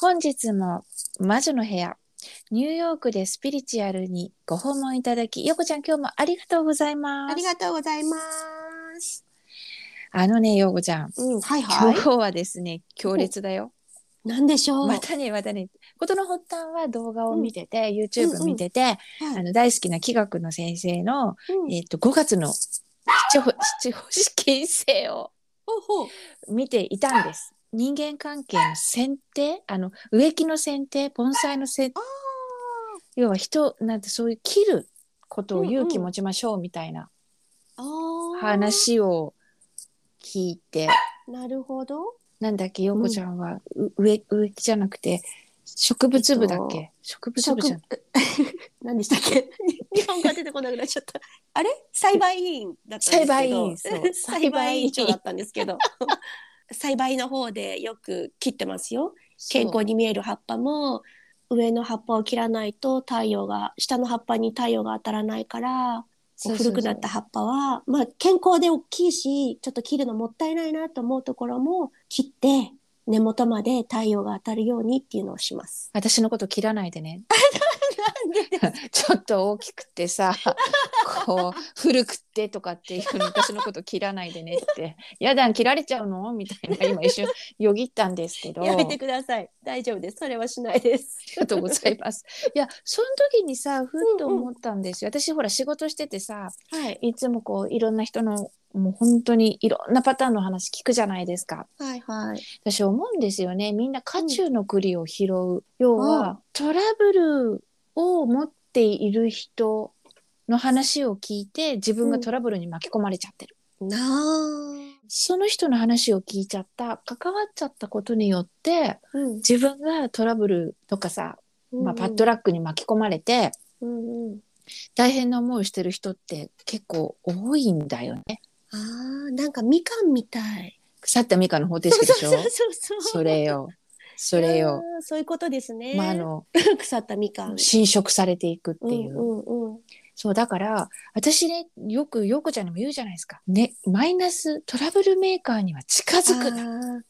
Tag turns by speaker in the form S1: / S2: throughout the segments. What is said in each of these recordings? S1: 本日も魔女の部屋ニューヨークでスピリチュアルにご訪問いただき、よこちゃん今日もありがとうございます。
S2: ありがとうございます。
S1: あのね、よこちゃん、
S2: うん、はい
S1: 今
S2: はい。
S1: 日はですね、強烈だよ。
S2: なんでしょう。
S1: またね、またね。ことの発端は動画を見てて、YouTube 見てて、
S2: はい
S1: あの大好きな気学の先生の、
S2: うん
S1: えっと5月の七星七星金星を
S2: ほうほう。
S1: 見ていたんです。人間関係の剪定、あの植木の剪定、盆栽の剪定
S2: あ
S1: 要は人なんてそういう切ることを
S2: うんうん
S1: 勇気持ちましょうみたいな
S2: あ。ああ。。
S1: 話を聞いて、
S2: なるほど。
S1: なんだっけ陽子ちゃんは、う植植木じゃなくて植物部だっけ、
S2: え
S1: 植物部じゃん
S2: 何でしたっけ。 日本語が出てこなくなっちゃった。 あれ、栽培委員だったんですけど。
S1: 栽培委員そう
S2: 栽培委員長だったんですけ ど。栽 培の方でよく切ってますよ。健康に見える葉っぱも。上の葉っぱを切らないと太陽が下の葉っぱに太陽が当たらないから
S1: そうそうそう
S2: 古くなった葉っぱは、まあ、健康で大きいしちょっと切るのもったいないなと思うところも切って根元まで太陽が当たるようにっていうのをし ます。
S1: 私のこと切らないでね
S2: なんでですか
S1: ちょっと大きくてさこう古くってとかっていうの私のこと切らないでねってやだん切られちゃうのみたいな今一瞬よぎったんですけど
S2: やめてください。大丈夫です。それはしないです。
S1: ありがとうござい ます。いや、その時にさ、ふっと思ったんですよ。私、ほら、仕事しててさ、
S2: はい
S1: いつもこう、いろんな人の、もう本当にいろんなパターンの話聞くじゃないですか。
S2: はい はい。
S1: 私、思うんですよね。みんな、渦中の栗を拾う。要
S2: う
S1: は、トラブルを持っている人の話を聞いて、自分がトラブルに巻き込まれちゃってる。
S2: なあ。
S1: その人の話を聞いちゃった、関わっちゃったことによって、
S2: うん。
S1: 自分がトラブルとかさ、まあ、パッド
S2: ラ。
S1: ラックに巻き込まれて、
S2: うんうん。
S1: 大変な思いをしてる人って結構多いんだよね。
S2: ああ、なんかみかんみたい。
S1: 腐ったミカの方程式でしょ
S2: そうそうそう。
S1: それよ。それよ。
S2: あー。そういうことですね。
S1: まあ、あの
S2: 腐ったみかん。
S1: 侵食されていくっていう、
S2: うんうんうん。
S1: そうだから私ねよく陽子ちゃんにも言うじゃないですかねマイナストラブルメーカーには近づくな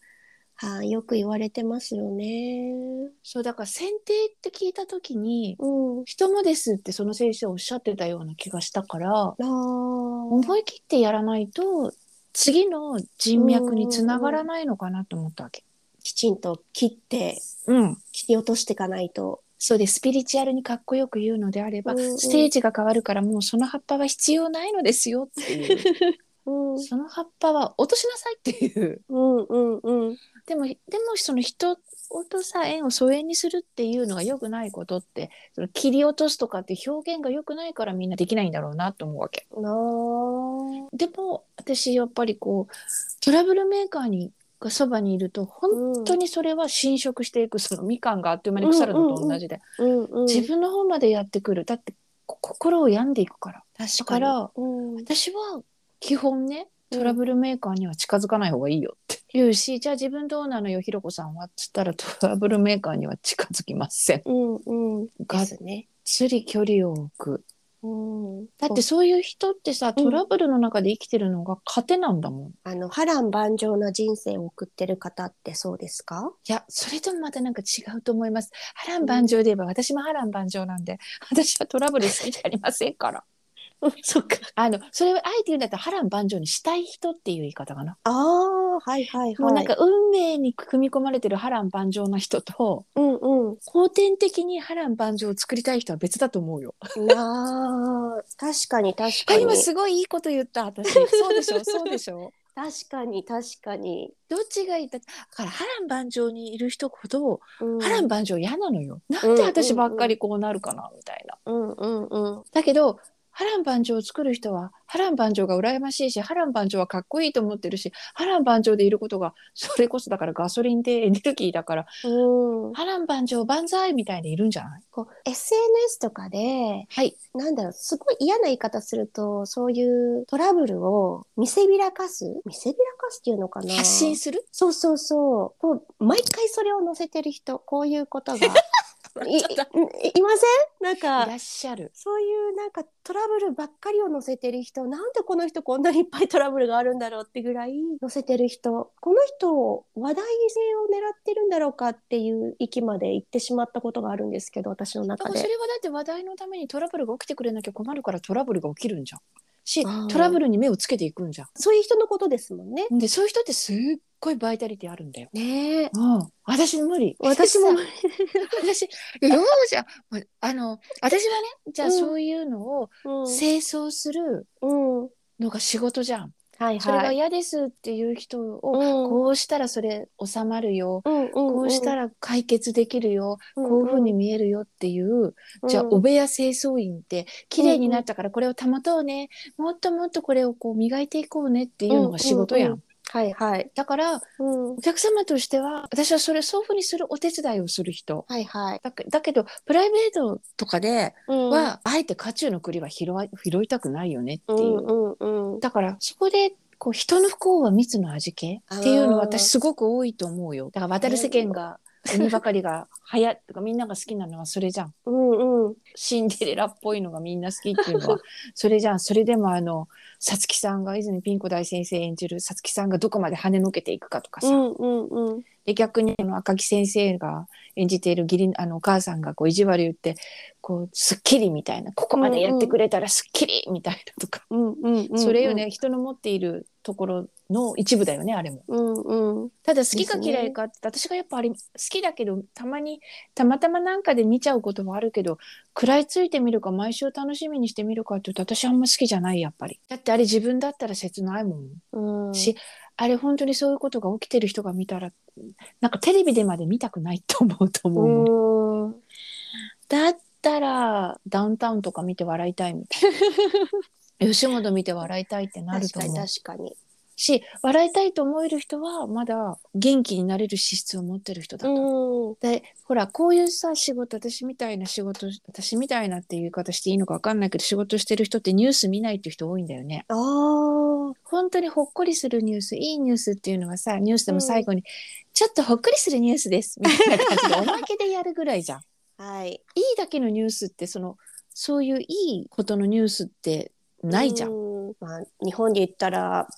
S2: あーあー、よく言われてますよね。
S1: そうだから選定って聞いた時に
S2: うん。
S1: 人もですってその先生おっしゃってたような気がしたから
S2: ああ。
S1: 思い切ってやらないと次の人脈につながらないのかなと思ったわけ。
S2: きちんと切って、
S1: うん、
S2: 切り落としていかないと。
S1: そうですスピリチュアルにかっこよく言うのであれば、
S2: うんうん
S1: ステージが変わるからもうその葉っぱは必要ないのですよっていう
S2: うん。
S1: その葉っぱは落としなさいっていう
S2: うんうんうん。
S1: でもでもその人とさ縁を疎遠にするっていうのが良くないことってその切り落とすとかっていう表現が良くないからみんなできないんだろうなと思うわけ
S2: なあ。
S1: でも私やっぱりこうトラブルメーカーにがそばにいると本
S2: 本
S1: 当。にそれは侵食していくそのみかんがあっという間に腐るのと同じで、
S2: うんうん、
S1: 自分の方までやってくるだってこ心を病んでいくからだ
S2: 確
S1: か
S2: かに。
S1: ら
S2: うん、
S1: 私は基本ね
S2: うん
S1: トラブルメーカーには近づかない方がいいよって言うし、じゃあ自分どうなのよひろこさんはっつったらトラブルメーカーには近づきません
S2: うんうん。
S1: がっ
S2: ですね。
S1: つり距離を置く
S2: うん。
S1: だってそういう人ってさ
S2: うん
S1: トラブルの中で生きてるのが糧なんだもん、い
S2: あの波乱万丈な人生を送ってる方ってそうですか？
S1: やそれともまたなんか違うと思います波乱万丈で言えば私も波乱万丈なんで私はトラブル好きじゃありませんから
S2: そっか。
S1: あの それをあえて言うんだったら波乱万丈にしたい人っていう言い方かな
S2: ああはいはいはい。
S1: もうなんか運命に組み込まれてる波乱万丈な人 と
S2: うんうん。
S1: 後天的に波乱万丈を作りたい人は別だと思うよ。
S2: なあ確かに確
S1: あ
S2: かに
S1: 今すごいいいこと言った私。そうでし ょそうでしょ。
S2: 確かに確かに。
S1: どっちがいいだだから波乱万丈にいる人ほど
S2: うん
S1: 波乱万丈嫌なのよ。なんで私ばっかりこうなるかなみたいな。
S2: うんうんうん。
S1: だけど波乱万丈を作る人は波乱万丈が羨ましいし波乱万丈はかっこいいと思ってるし波乱万丈でいることがそれこそだからガソリンでエネルギーだから
S2: うん、
S1: 波乱万丈万歳みたいでいるんじゃない
S2: こう SNS とかで
S1: はい
S2: なんだろうすごい嫌な言い方するとそういうトラブルを見せびらかす見せびらかすっていうのかな
S1: 発信する
S2: そうそうそう。こう、毎回それを載せてる人、こういうことがいいいいませんなん
S1: い
S2: から
S1: っしゃる。
S2: そういうなんかトラブルばっかりを載せてる人なんでこの人こんなにいっぱいトラブルがあるんだろうってぐらい載せてる人この人を話題性を狙ってるんだろうかっていう域まで行ってしまったことがあるんですけど私の
S1: だ
S2: 中
S1: からそ
S2: で
S1: れはだって話題のためにトラブルが起きてくれなきゃ困るからトラブルが起きるんじゃん。し
S2: あー
S1: トラブルに目をつけていくんじゃ
S2: そういう人のことですもんね。
S1: ん。でそういう人ってすっごいバイタリティあるんだよ。
S2: ねえ
S1: うん、私無理
S2: 私も
S1: 私いやよう じゃんまあの私はねじゃあ
S2: うん
S1: そういうのを
S2: うん
S1: 清掃する
S2: うん、
S1: のが仕事じゃん、
S2: はい
S1: それが
S2: はい。
S1: 嫌ですっていう人を、
S2: こ
S1: こうしたらそれ収まるよ、
S2: うんうん
S1: こうした
S2: ら
S1: ら解決できるよ、こういうふうに見えるよっていう、じゃあお部屋清掃員って綺麗になったからこれを保とうね、もっともっとこれをこう磨いていこうねっていうのが仕事やん。
S2: うんうんはいはい。
S1: だから
S2: うん
S1: お客様としては私はそれそういうふうにするお手伝いをする人
S2: はいはい。
S1: だけだけどプライベートとかで
S2: うん
S1: は、あえて渦中の栗は拾わ拾いたくないよねって
S2: う
S1: いう、
S2: んうんうん。
S1: だからそこでこう人の不幸は蜜の味気っていうのは
S2: あー
S1: 私すごく多いと思うよだから渡る世間が鬼ばかりが流行ってかみんなが好きなのはそれじゃん
S2: うんうん。
S1: シンデレラっぽいのがみんな好きっていうの はそれじゃんそれでもあのさつきさんが泉ピン子大先生演じるさつきさんがどこまで跳ねのけていくかとかさ、
S2: うんうんうん。
S1: で逆にあの赤木先生が演じている義理あのお母さんがこう意地悪言ってこうすっきりみたいなここまでやってくれたらすっきりみたいなとか、
S2: うんうんうん。
S1: それよね、。人の持っているところの一部だよねあれも。
S2: うんうん。
S1: ただ好きか
S2: ですね
S1: 嫌いかって、私がやっぱあり好きだけどたまにたまたまなんかで見ちゃうこともあるけど食らいついてみるか毎週楽しみにしてみるかって言うと私あんま好きじゃないやっぱり。だってあれ自分だったら切ないもん。
S2: うん、
S1: しあれ本当にそういうことが起きてる人が見たらなんかテレビでまで見たくないと思うと思うもん、
S2: うん
S1: だったらダウンタウンとか見て笑いたいみたい な吉本見て笑いたいってなる
S2: 確
S1: と
S2: かに
S1: 思う
S2: 確かに。
S1: し笑いたいと思える人はまだ元気になれる資質を持ってる人だと思う、
S2: うん
S1: でほらこういうさ仕事私みたいな仕事私みたいなっていう言い方していいのか分かんないけど仕事してる人ってニュース見ないっていう人多いんだよね。
S2: ああ。
S1: 本当にほっこりするニュースいいニュースっていうのはさニュースでも最後に、ちょっとほっこりするニュースですみたいな感じでおまけでやるぐら いじゃん。
S2: はい。
S1: いいだけのニュースってそのそういういいことのニュースってないじゃん。
S2: うまあ日本で言ったら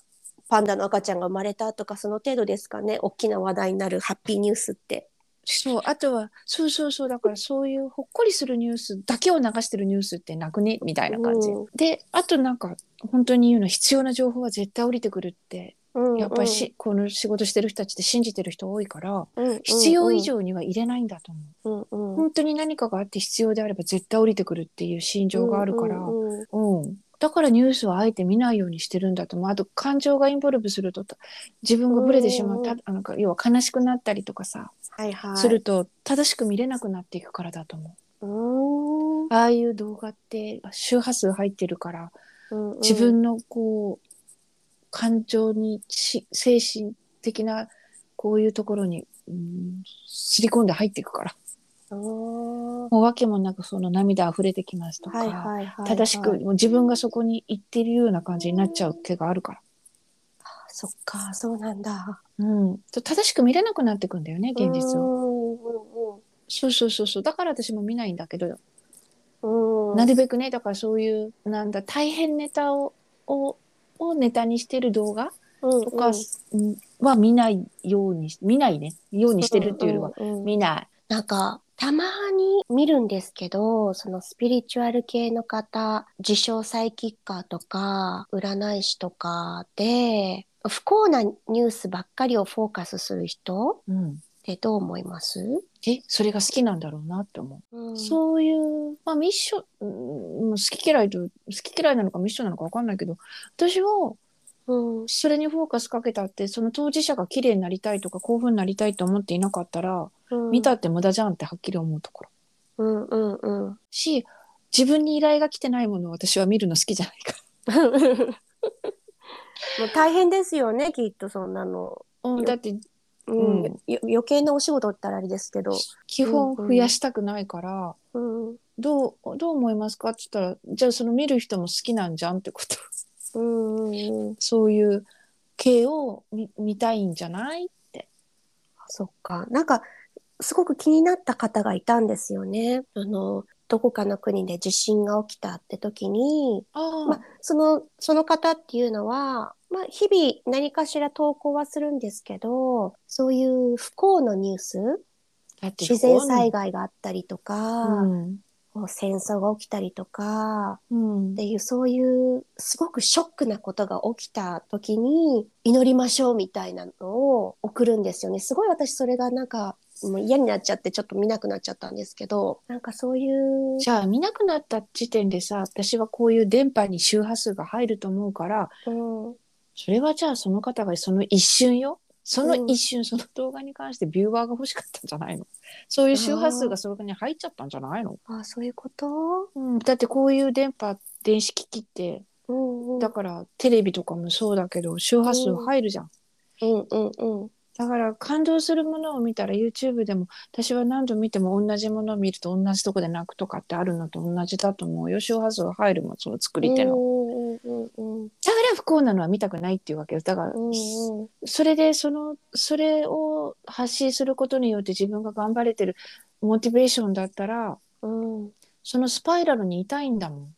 S2: パンダの赤ちゃんが生まれたとかその程度ですかね。大きな話題になるハッピーニュースって。
S1: そうあとはそうそうそうだからそういうほっこりするニュースだけを流してるニュースってなくねみたいな感じ。
S2: うん
S1: であとなんか本当に言うの必要な情報は絶対降りてくるってやっぱりし、この仕事してる人たちって信じてる人多いから
S2: うんうん
S1: 必要以。上には入れないんだと思う。
S2: うんうん
S1: 本当に何かがあって必要であれば絶対降りてくるっていう心情があるから、う
S2: うんんうんうん
S1: だからニュースはあえて見ないようにしてるんだと思うあと感情がインボルブすると自分がブレてしまった、
S2: うん
S1: あなんか要は悲しくなったりとかさ、
S2: はいはい。
S1: すると正しく見れなくなっていくからだと思
S2: うーん。
S1: うああいう動画って周波数入ってるから
S2: うんうん
S1: 自分のこう感情にし精神的なこういうところに、うん、すり込んで入っていくから
S2: あー
S1: もう訳もなくその涙溢れてきますとか、
S2: はいはいはい。
S1: 正しく。もう自分がそこに行ってるような感じになっちゃう手があるから、
S2: そっか、そうなんだ。
S1: うん、と正しく見れなくなってくんだよね現実を
S2: を。
S1: そうそうそうそうだから私も見ないんだけど、
S2: うんうん。
S1: なるべくねだからそういうなんだ大変ネタをををネタにしてる動画
S2: と
S1: とか、うんは見ないようにし見ないねようにしてるっていうよりは、
S2: うんうんうん
S1: 見ない。
S2: なんかたまに見るんですけどそのスピリチュアル系の方自称サイキッカーとか占い師とかで不幸なニュースばっかりをフォーカスする人
S1: うん
S2: ってどう思います、
S1: えそれが好きなんだろうなって思う、
S2: うん
S1: そういう、まあ、ミッション、うん、好き嫌いと好き嫌いなのかミッションなのか分かんないけど私は
S2: うん、
S1: それにフォーカスかけたってその当事者が綺麗になりたいとか興奮になりたいと思っていなかったら、
S2: うん
S1: 見たって無駄じゃんってはっきり思うところ
S2: うんうんうん
S1: し自分に依頼が来てないものを私は見るの好きじゃないか
S2: もう大変ですよねきっとそんなの、
S1: ら、うん、 だって
S2: うん
S1: うん
S2: よ余計なお仕事って言ったらあれですけど、
S1: 基本増やしたくないから、
S2: うんうん
S1: どうどう思いますかって言ったらじゃあその見る人も好きなんじゃんってこと
S2: うんうん、
S1: そういう系を見見たいんじゃない
S2: そっかなんかすごく気になった方がいたんですよね。あのどこかの国で地震が起きたって時に、
S1: あ
S2: まあ、そのその方っていうのは、まあ、日々何かしら投稿はするんですけどそういう不幸のニュース
S1: だって
S2: 自然災害があったりと
S1: 害
S2: か、
S1: うん
S2: こう戦争が起きたりとか
S1: うん
S2: っていうそういうすごくショックなことが起きた時に祈りましょうみたいなのを送るんですよねすごい私それがなんかもう嫌になっちゃってちょっと見なくなっちゃったんですけどなんかそういう
S1: じゃあ見なくなった時点でさ私はこういう電波に周波数が入ると思うから
S2: うん
S1: それはじゃあその方がその一瞬よその一瞬、その動画に関してビューワーが欲しかったんじゃないのそういう周波数がそこに入っちゃったんじゃないの、
S2: あそういうこと、
S1: うん、だってこういう電波電子機器って
S2: うんうん、
S1: だからテレビとかもそうだけど周波数入るじゃん。
S2: うんうんうん
S1: だから感動するものを見たら YouTube でも私は何度見ても同じものを見ると同じとこで泣くとかってあるのと同じだと思うよ周波数が入るもんその作り手の、
S2: うんうんうんうん
S1: だから不幸なのは見たくないっていうわけよだから、
S2: うんうん
S1: それでそのそれを発信することによって自分が頑張れてるモチベーションだったら
S2: うん
S1: そのスパイラルにいたいんだもん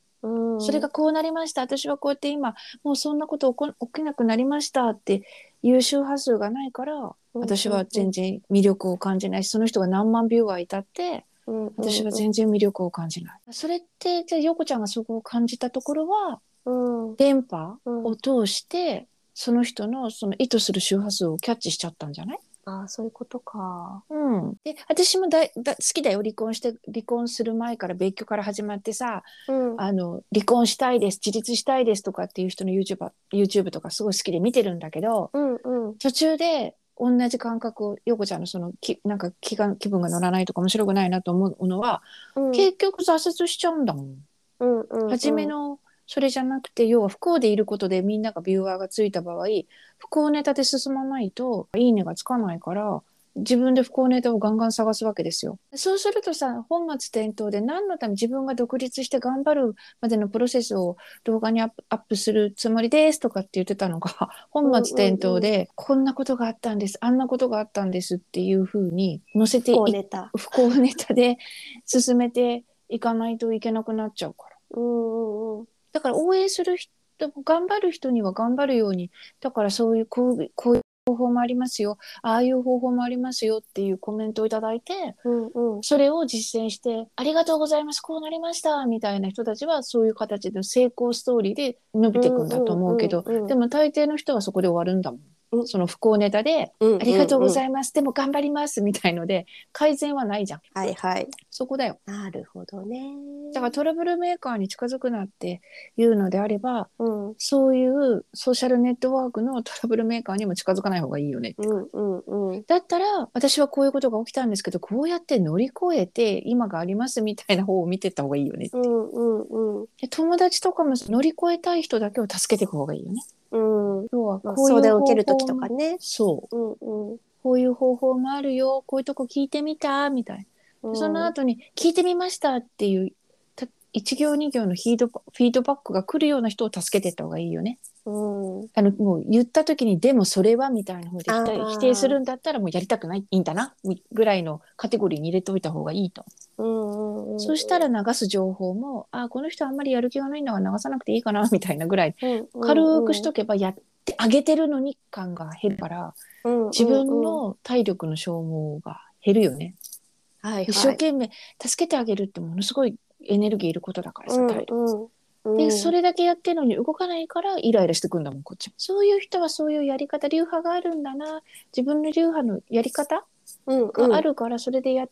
S2: うん
S1: それがこうなりました私はこうやって今もうそんなこと起こ起きなくなりましたっていう周波数がないから私は全然魅力を感じないしその人が何万ビューワーいたって
S2: うんうん
S1: 私は全然魅力を感じない。それってじゃあ陽子ちゃんがそこを感じたところは
S2: うんうん
S1: 電波
S2: うん
S1: を通してその人のその意図する周波数をキャッチしちゃったんじゃない
S2: ああそういうことか
S1: うん、で私もだいだ好きだよ離婚して離婚する前から別居から始まってさ、
S2: うん
S1: あの離婚したいです自立したいですとかっていう人の YouTuber YouTube とかすごい好きで見てるんだけど
S2: うんうん
S1: 途中で同じ感覚を陽子ちゃんのそのきなんか気が気分が乗らないとか面白くないなと思うのは、
S2: うん
S1: 結局挫折しちゃうんだもん。
S2: うんうんうん
S1: 初めのそれじゃなくて要は不幸でいることでみんながビューワーがついた場合不幸ネタで進まないといいねがつかないから自分で不幸ネタをガンガン探すわけですよ。そうするとさ本末転倒で何のため自分が独立して頑張るまでのプロセスを動画にアップアップするつもりですとかって言ってたのが 本末転倒で、こんなことがあったんですあんなことがあったんですっていう風に載せてい
S2: こうネタ
S1: 不幸ネタで進めていかないといけなくなっちゃうから。
S2: うんうんうん
S1: だから応援する人も頑張る人には頑張るようにだからそういうこうこういう方法もありますよああいう方法もありますよっていうコメントをいただいて
S2: うんうん
S1: それを実践してありがとうございますこうなりましたみたいな人たちはそういう形で成功ストーリーで伸びていくんだと思うけど、
S2: うんうんうんうん
S1: でも大抵の人はそこで終わるんだもん、
S2: うん
S1: その不幸ネタで「ありがとうござ
S2: い
S1: います、でも頑張ります」みたいので改善はないじゃん
S2: ますはいはい
S1: そこだよ。
S2: なるほどね
S1: だからトラブルメーカーに近づくなっていうのであれば
S2: うんうん
S1: そういうソーシャルネットワークのトラブルメーカーにも近づかない方がいいよね。
S2: うんうん
S1: だったら私はこういうことが起きたんですけどこうやって乗り越えて今がありますみたいな方を見てった方がいいよね。
S2: うんうんうん
S1: で友達とかも乗り越えたい人だけを助けていく方がいいよね。
S2: うん
S1: 要はこ
S2: まあ
S1: うい
S2: 相
S1: う
S2: 談を
S1: 方
S2: 受ける
S1: 法
S2: 時とか
S1: も
S2: ね
S1: そう
S2: うんうん
S1: こういう方法もあるよこういうとこ聞いてみたみたいな。
S2: うん
S1: でその後に「聞いてみました」っていうた一行二行のフィードバフィードバックが来るような人を助けていった方がいいよね。
S2: うん
S1: あのもう言った時に「でもそれは」みたいな方で否
S2: あー
S1: 定否定するんだったらもうやりたくないいいんだなみぐらいのカテゴリーに入れといた方がいいと。
S2: うんうん
S1: そしたら流す情報も「あーこの人あんまりやる気がないんだから流さなくていいかな」みたいなぐらい軽くしとけばやってあげてるのに感が減るから自分の体力の消耗が減るよね。一生懸命助けてあげるってものすごいエネルギーいることだからさ、体力でそ
S2: れ
S1: れだけやってるのに動かないからイライラしてくんだもんこっちもそういう人はそういうやり方流派があるんだな自分の流派のやり方があるからそれでやっ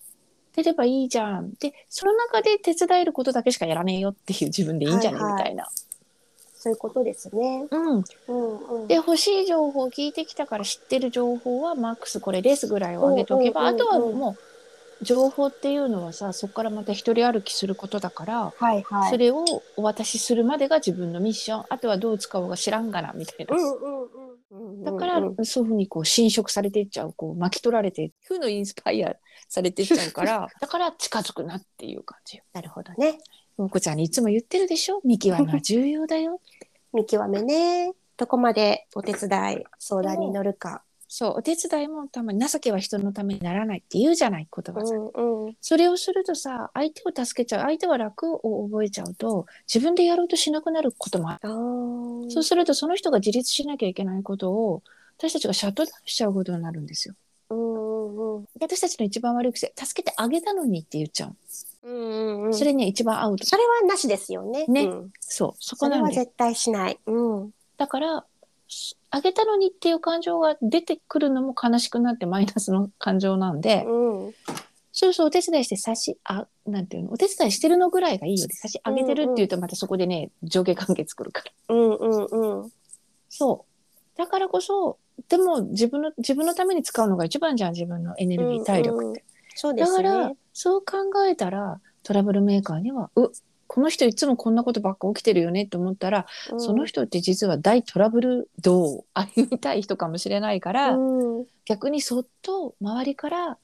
S1: てればいいじゃん、でその中で手伝えることだけしかやらねえよっていう自分でいいんじゃね
S2: はいはい
S1: みたいな、
S2: そういうことですね
S1: うん、
S2: うんうん
S1: で欲しい情報を聞いてきたから知ってる情報はマックスこれですぐらいを上げておけば、
S2: うんうんうん
S1: あとはもう情報っていうのはさそこからまた一人歩きすることだから、
S2: はいは
S1: そ
S2: い
S1: れをお渡しするまでが自分のミッションあとはどう使おうが知らんがなみたいな、
S2: うんうん
S1: だからそういうふうにこう侵食されていっちゃうこう巻き取られて負のインスパイアされていっちゃうから だから近づくなっていう感じよ。
S2: なるほどね
S1: もこちゃんにいつも言ってるでしょ見極めは重要だよ
S2: 見極めねどこまでお手伝い相談に乗るか
S1: そうお手伝いもたまに情けは人のためにならないって言うじゃない言葉さ、
S2: うんうん、
S1: それをするとさ相手を助けちゃう相手は楽を覚えちゃうと自分でやろうとしなくなることもある、
S2: あー
S1: そうするとその人が自立しなきゃいけないことを私たちがシャットダウンしちゃうことになるんですよ
S2: うんうんうん
S1: で私たちの一番悪い癖助けてあげたのにって言っちゃう、
S2: うんうんうん
S1: それには一番アウト
S2: それはなしですよね。
S1: ね
S2: うん
S1: そうそこ
S2: それ
S1: なん
S2: は
S1: です
S2: 絶対しない。うん。
S1: だからしあげたのにっていう感情が出てくるのも悲しくなってマイナスの感情なんで、
S2: うん。
S1: そうそうお手伝いして差しあなんていうのお手伝いしてるのぐらいがいいよね差し上げてるっていうとまたそこでね上下関係作るから
S2: うんうんうん。
S1: そうだからこそでも自分の自分のために使うのが一番じゃん自分のエネルギ
S2: う
S1: ー
S2: ん
S1: 体力って、
S2: うんそうで
S1: だ
S2: す
S1: か
S2: ね。
S1: らそう考えたらトラブルメーカーにはうこの人いつもこんなことばっか起きてるよねって思ったら、
S2: うん
S1: その人って実は大トラブル道ありみたい人かもしれないから、
S2: うん
S1: 逆にそっと周りから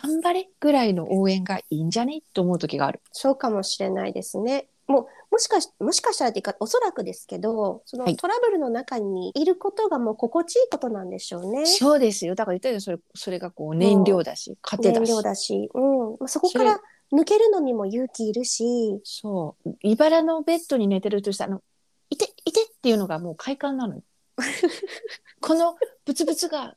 S1: 頑張れぐらいの応援がいいんじゃねと思う時がある。
S2: そうかもしれないですね。もうもしかしもしかしたらっていうかおそらくですけどその
S1: はい
S2: トラブルの中にいることがもう心地いいことなんでしょうね。
S1: そうですよ。だから言ったようにそれそれがこう燃料だし、糧だ
S2: 燃
S1: し。
S2: 料だし、うんまあ、そこから抜けるのにも勇気いるし、
S1: そう。茨のベッドに寝てるとしたら、あの、いて、いてっていうのがもう快感なの よ。このブツブツが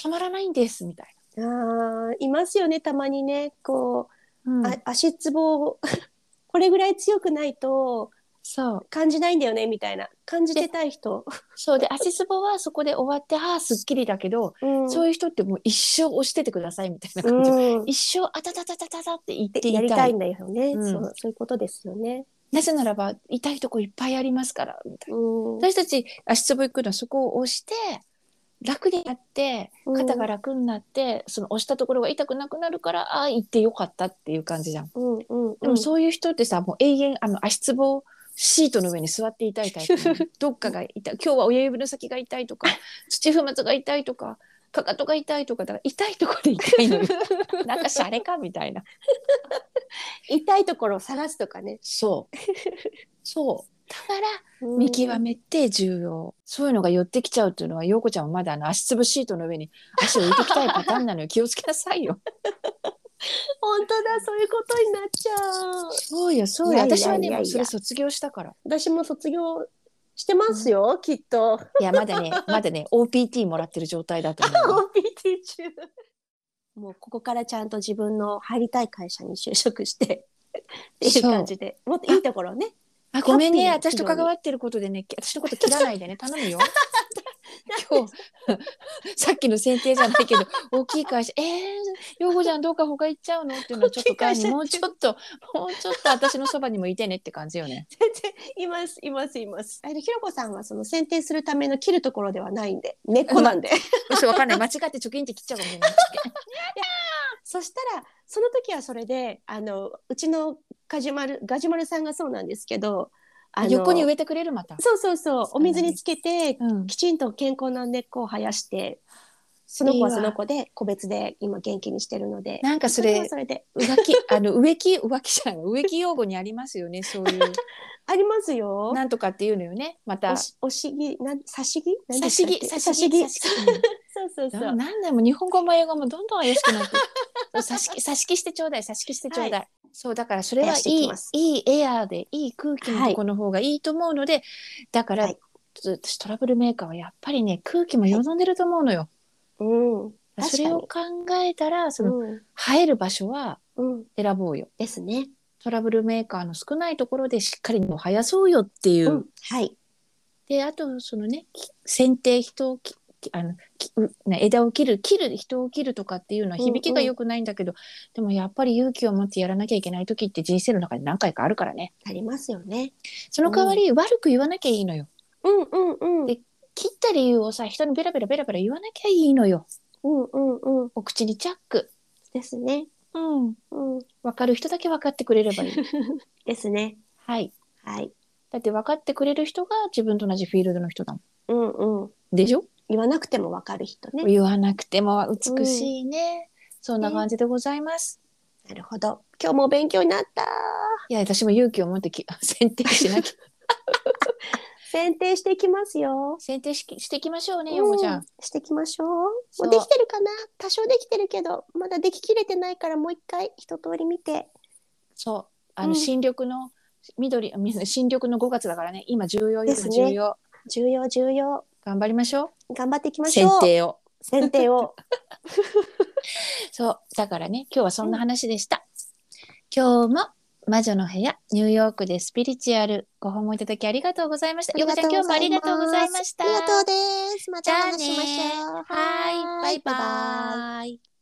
S1: たまらないんです、みたい
S2: あーいますよねたまにねこ
S1: な。
S2: う、
S1: うん
S2: あ足つぼを これぐらい強くないと
S1: そう。
S2: 感じないんだよねみたいな感じてたい人、
S1: そうで、足つぼはそこで終わって、ああ、すっきりだけど、
S2: うん、
S1: そういう人ってもう一生押しててください、みたいな感じ。
S2: うん
S1: 一生、あたたたたたたって言って
S2: で
S1: い
S2: や
S1: た
S2: り
S1: い。
S2: たいんだよね、
S1: うん
S2: そうそういうことですよね。
S1: なぜならば、痛いとこいっぱいありますから、みたいな。
S2: うん
S1: 私たち足つぼ行くのはそこを押して楽になって
S2: うん
S1: 肩が楽になって、その押したところが痛くなくなるからああ行ってよかったっていう感じじゃん。
S2: うんうん
S1: で
S2: うん
S1: もそういう人ってさもう永遠あの足つぼシートの上に座っていたいタイプなの どっかが痛い今日は親指の先が痛いとか土踏まずが痛いとかかかとが痛いとかだから痛いとこで痛いのよ なんかシャレかみたいな
S2: 痛いところを探すとかね。
S1: そうそうだから 見
S2: 見
S1: 極めて重要、そういうのが寄ってきちゃうっていうのは陽子ちゃんはまだあの足つぶシートの上 に足を置いてきたいパターンなのよ気をつけなさい よ
S2: 本当だ、そういうことになっちゃう。
S1: そうよそう
S2: よ
S1: 私はいね
S2: や
S1: も
S2: いやいや
S1: うそれ卒業したから
S2: 私も卒業してますよ、きっと。
S1: いやまだねまだね OPT もらってる状態だと 思う
S2: OPT 中。もうここからちゃんと自分の入りたい会社に就職 して。っていう感じで、もっといいところをね。
S1: あごめんね
S2: ハッピーな
S1: 私と関わってることでねき私のこと切らないでね頼むよ 今日 さっきの選定じゃないけど 大きい会社えー、陽子ちゃんどうか他行っちゃうのっていうのはちょっと管理
S2: 大きい会社
S1: もうちょっともうちょっと私のそばにもいてねって感じよね
S2: 全然います、います、います。あの、ひろこさんはその選定するための切るところではないん で、根っこなんで。
S1: 嘘わかんない間違って貯金って切っちゃうかもしれ ない
S2: そしたらその時はそれであのうちのガジュマルガジュマルさんがそうなんですけどあの
S1: 横に植えてくれるまた。
S2: そうそうそうお水につけて
S1: うん
S2: きちんと健康な根っこを生やしてその子はその子で個別で今元気にしてるので
S1: なんかそ
S2: それは
S1: れ
S2: それで
S1: 浮気あの植木浮気じゃない植木用語にありますよねそういう
S2: ありますよ。
S1: なんとかっていうのよねまた
S2: おしおしぎなん差し木なんで
S1: 差
S2: し
S1: した
S2: っ
S1: 木
S2: け
S1: 差
S2: 差
S1: し
S2: し
S1: 木
S2: 木
S1: 差し木
S2: そうそうそう
S1: うん何でも日本語も英語もどんどん怪しくな ってる差し木差し木してちょうだい差し木してちょうだい、そうだからそれは
S2: 生や
S1: い
S2: していき
S1: い
S2: ます
S1: いいエアーでいい空気のとこの方がいいと思うので、だから、
S2: はい
S1: ちょっと私トラブルメーカーはやっぱりね空気もよどんでると思うのよ、
S2: うん確かに
S1: それを考えたらその、
S2: うん
S1: 生える場所は
S2: うん
S1: 選ぼうよ
S2: ですね。
S1: トラブルメーカーの少ないところでしっかりも生やそうよっていう、
S2: うんはい
S1: であとそのねき剪定人をききあのきうな枝を切る切る人を切るとかっていうのは
S2: うんうん
S1: 響きが良くないんだけど、でもやっぱり勇気を持ってやらなきゃいけない時って人生の中で何回かあるからね
S2: ありますよね。
S1: その代わり悪く言わなきゃいいのよ、
S2: うんうんうん
S1: で切った理由をさ人にベラベラベラベラ言わなきゃいいのよ
S2: うんうんうん
S1: お口にチャック
S2: ですね。
S1: うん
S2: うん
S1: 分かる人だけ分かってくれればいい
S2: ですね。
S1: はい
S2: はい。
S1: だって分かってくれる人が自分と同じフィールドの人だも
S2: うんうん。
S1: んでしょ
S2: 言わなくてもわかる人ね。
S1: 言わなくても美しいね、そんな感じでございます、
S2: なるほど。今日も勉強になった。
S1: いや私も勇気を持ってき選定しなきゃ
S2: 剪定していきますよ。
S1: 剪定ししていきましょうね、よもちゃ。
S2: うんしていきましょう。
S1: そ
S2: も
S1: う
S2: うできてるかな多少できてるけど、まだでききれてないからもう一回一通り見て。
S1: そう。あの、
S2: うん
S1: 新緑の緑、あ水新緑の5月だからね、今重要、今
S2: ですね
S1: 重要。
S2: 重要重要。
S1: 頑張りましょう。
S2: 頑張っていきましょう。
S1: 剪。定を。
S2: 剪定を。
S1: そう。だからね、今日はそんな話でした。今日も魔女の部屋、ニューヨークでスピリチュアル、ご訪問いただきありがとうございました。よもちゃん、今日もありがとうございました。
S2: ありがとうです。また
S1: じゃあ
S2: 話
S1: ね
S2: しましょう。
S1: はい、バイバイ。